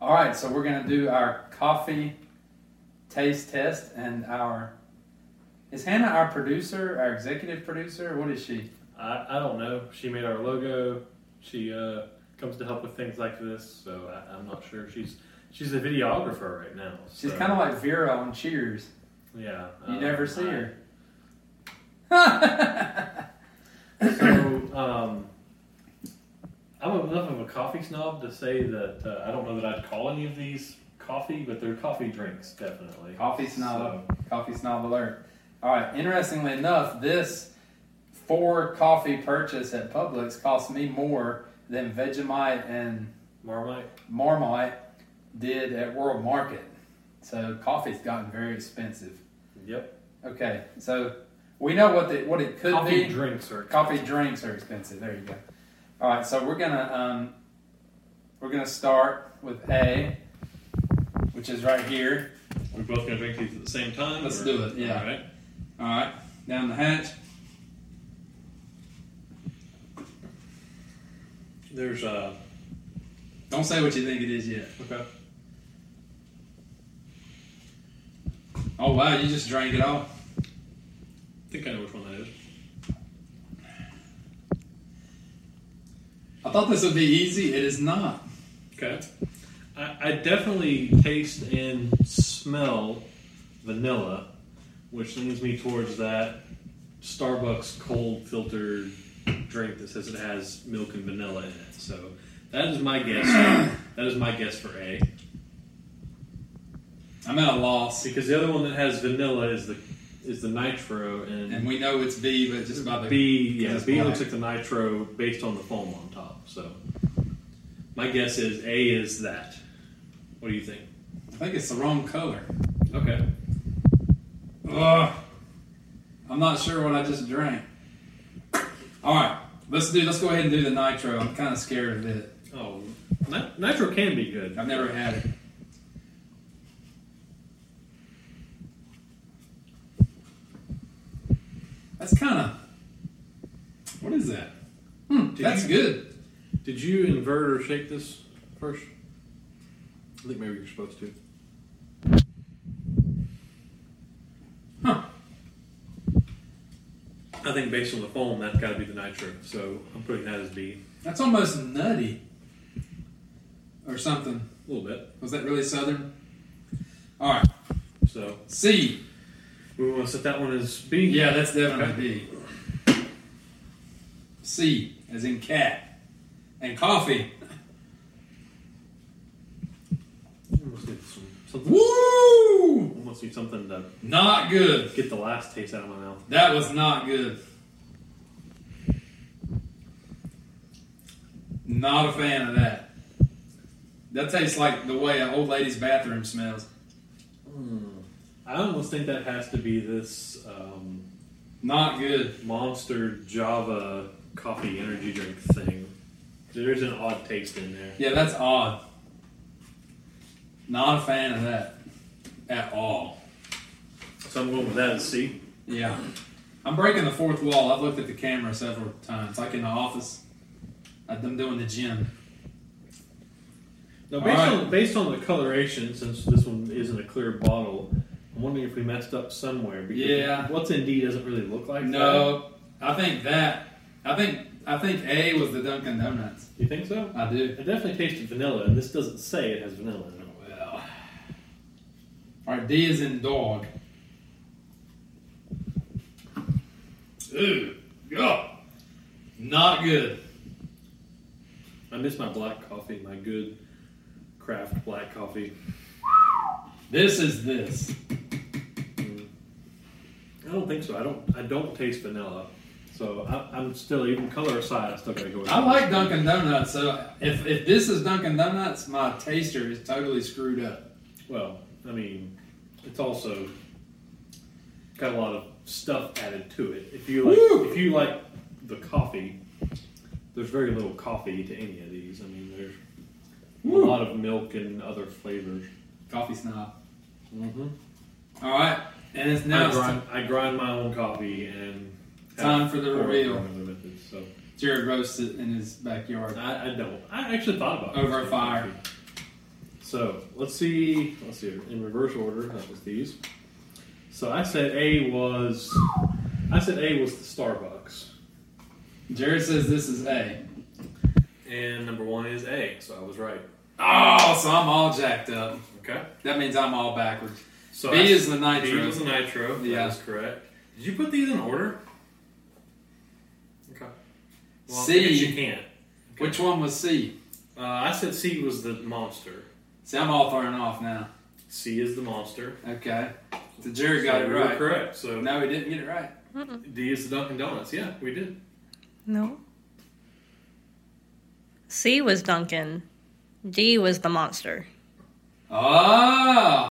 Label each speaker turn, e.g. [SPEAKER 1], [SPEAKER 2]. [SPEAKER 1] All right, so we're gonna do our coffee taste test and our. Is Hannah our producer, our executive producer? What is she?
[SPEAKER 2] I, I don't know. She made our logo. She uh, comes to help with things like this, so I, I'm not sure. She's she's a videographer right now.
[SPEAKER 1] She's
[SPEAKER 2] so,
[SPEAKER 1] kind of like Vera on Cheers.
[SPEAKER 2] yeah.
[SPEAKER 1] You
[SPEAKER 2] uh,
[SPEAKER 1] never see
[SPEAKER 2] I-
[SPEAKER 1] her. I
[SPEAKER 2] So um, I'm enough of a coffee snob to say that uh, I don't know that I'd call any of these coffee, but they're coffee drinks definitely.
[SPEAKER 1] Coffee snob. Coffee snob alert. All right. Interestingly enough, this four coffee purchase at Publix cost me more than Vegemite and
[SPEAKER 2] So, Marmite.
[SPEAKER 1] Marmite did at World Market. So coffee's gotten very expensive.
[SPEAKER 2] Yep.
[SPEAKER 1] Okay, so we know what the, what it could
[SPEAKER 2] coffee
[SPEAKER 1] be.
[SPEAKER 2] drinks are
[SPEAKER 1] Coffee drinks are expensive. There you go. All right, so we're gonna um, we're gonna start with A, which is right here.
[SPEAKER 2] We're both gonna drink these at the same time.
[SPEAKER 1] Let's do it, yeah.
[SPEAKER 2] All right.
[SPEAKER 1] All right, down the hatch.
[SPEAKER 2] There's uh.
[SPEAKER 1] Don't say what you think it is yet.
[SPEAKER 2] Okay.
[SPEAKER 1] Oh wow, you just drank it all.
[SPEAKER 2] I think I know which one that is.
[SPEAKER 1] I thought this would be easy. It is not.
[SPEAKER 2] Okay. I, I definitely taste and smell vanilla, which leans me towards that Starbucks cold filtered drink that says it has milk and vanilla in it. So that is my guess. that is my guess for A.
[SPEAKER 1] I'm at a loss,
[SPEAKER 2] Because the other one that has vanilla is the is the nitro
[SPEAKER 1] and
[SPEAKER 2] and,
[SPEAKER 1] we know it's B, but just by the
[SPEAKER 2] B yeah,
[SPEAKER 1] it's
[SPEAKER 2] B looks
[SPEAKER 1] black.
[SPEAKER 2] like the nitro based on the foam on top. So my guess is A is that. What do you think?
[SPEAKER 1] I think it's the wrong color.
[SPEAKER 2] Okay.
[SPEAKER 1] Ugh. I'm not sure what I just drank. All right, let's do. Let's go ahead and do the nitro. I'm kind of scared of it.
[SPEAKER 2] Oh, ni- nitro can be good.
[SPEAKER 1] I've never had it. That's kind of. What is that? Hmm,
[SPEAKER 2] Did
[SPEAKER 1] that's
[SPEAKER 2] you-
[SPEAKER 1] good.
[SPEAKER 2] Did you invert or shake this first? I think maybe you're supposed to.
[SPEAKER 1] Huh.
[SPEAKER 2] I think based on the foam, that's got to be the nitro. So I'm putting that as B.
[SPEAKER 1] That's almost nutty. Or something.
[SPEAKER 2] A little bit.
[SPEAKER 1] Was that really southern? All right,
[SPEAKER 2] So
[SPEAKER 1] C.
[SPEAKER 2] we want to set that one as B.
[SPEAKER 1] Yeah, that's definitely B. C, as in cat. And coffee.
[SPEAKER 2] I almost need some, something.
[SPEAKER 1] Woo!
[SPEAKER 2] Almost need something to
[SPEAKER 1] Not good.
[SPEAKER 2] get the last taste out of my mouth.
[SPEAKER 1] That was not good. Not a fan of that. That tastes like the way an old lady's bathroom smells.
[SPEAKER 2] I almost think that has to be this um,
[SPEAKER 1] Not good.
[SPEAKER 2] monster Java coffee energy drink thing. There's an odd taste in there.
[SPEAKER 1] Yeah, that's odd. Not a fan of that at all.
[SPEAKER 2] So I'm going with that as C.
[SPEAKER 1] Yeah. I'm breaking the fourth wall. I've looked at the camera several times, like in the office. I'm doing the gym.
[SPEAKER 2] Now, based,
[SPEAKER 1] All right.
[SPEAKER 2] on, based on the coloration, since this one isn't a clear bottle, I'm wondering if we messed up somewhere. Because
[SPEAKER 1] Yeah.
[SPEAKER 2] What's in D doesn't really look like that.
[SPEAKER 1] No, I think that. I think I think A was the Dunkin' Donuts.
[SPEAKER 2] You think so?
[SPEAKER 1] I do.
[SPEAKER 2] It definitely tasted vanilla, and this doesn't say it has vanilla in it.
[SPEAKER 1] Well. All right, D is in dog. Ew. Ugh. Not good.
[SPEAKER 2] I miss my black coffee, my good craft black coffee.
[SPEAKER 1] This is this.
[SPEAKER 2] I don't think so. I don't. I don't taste vanilla, so I, I'm still even color aside. I still gotta go. With
[SPEAKER 1] I like Dunkin' Donuts, so if, if this is Dunkin' Donuts, my taster is totally screwed up.
[SPEAKER 2] Well, I mean, it's also got a lot of stuff added to it. If you like,
[SPEAKER 1] Woo!
[SPEAKER 2] if you like the coffee, there's very little coffee to any of these. I mean, there's
[SPEAKER 1] Woo.
[SPEAKER 2] a lot of milk and other flavors.
[SPEAKER 1] Coffee snob.
[SPEAKER 2] Mm-hmm.
[SPEAKER 1] All right, and it's now
[SPEAKER 2] I
[SPEAKER 1] it's
[SPEAKER 2] grind, I grind my own coffee and have
[SPEAKER 1] Time for the
[SPEAKER 2] four
[SPEAKER 1] reveal.
[SPEAKER 2] other methods, so
[SPEAKER 1] Jared roasts it in his backyard.
[SPEAKER 2] I, I don't. I actually thought about it.
[SPEAKER 1] Over a fire.
[SPEAKER 2] So let's see. Let's see in reverse order. That was these. So I said A was. I said A was the Starbucks,
[SPEAKER 1] Jared says this is A.
[SPEAKER 2] and number one is A. So I was right.
[SPEAKER 1] Oh, so I'm all jacked up.
[SPEAKER 2] Okay.
[SPEAKER 1] That means I'm all backwards.
[SPEAKER 2] So
[SPEAKER 1] B
[SPEAKER 2] I-
[SPEAKER 1] is the
[SPEAKER 2] B
[SPEAKER 1] nitro.
[SPEAKER 2] was the nitro.
[SPEAKER 1] Yeah.
[SPEAKER 2] That is correct. Did you put these in order? Okay. Well, I
[SPEAKER 1] C.
[SPEAKER 2] guess you can't.
[SPEAKER 1] Which one was C?
[SPEAKER 2] Uh, I said C was the monster.
[SPEAKER 1] See, I'm all thrown off now.
[SPEAKER 2] C is the monster.
[SPEAKER 1] Okay. So Jared got
[SPEAKER 2] So
[SPEAKER 1] it
[SPEAKER 2] we were
[SPEAKER 1] right.
[SPEAKER 2] correct. So
[SPEAKER 1] No, he didn't get it right.
[SPEAKER 2] D is the Dunkin' Donuts. Yeah, we did.
[SPEAKER 3] No. C was Duncan. D was the monster.
[SPEAKER 1] Oh!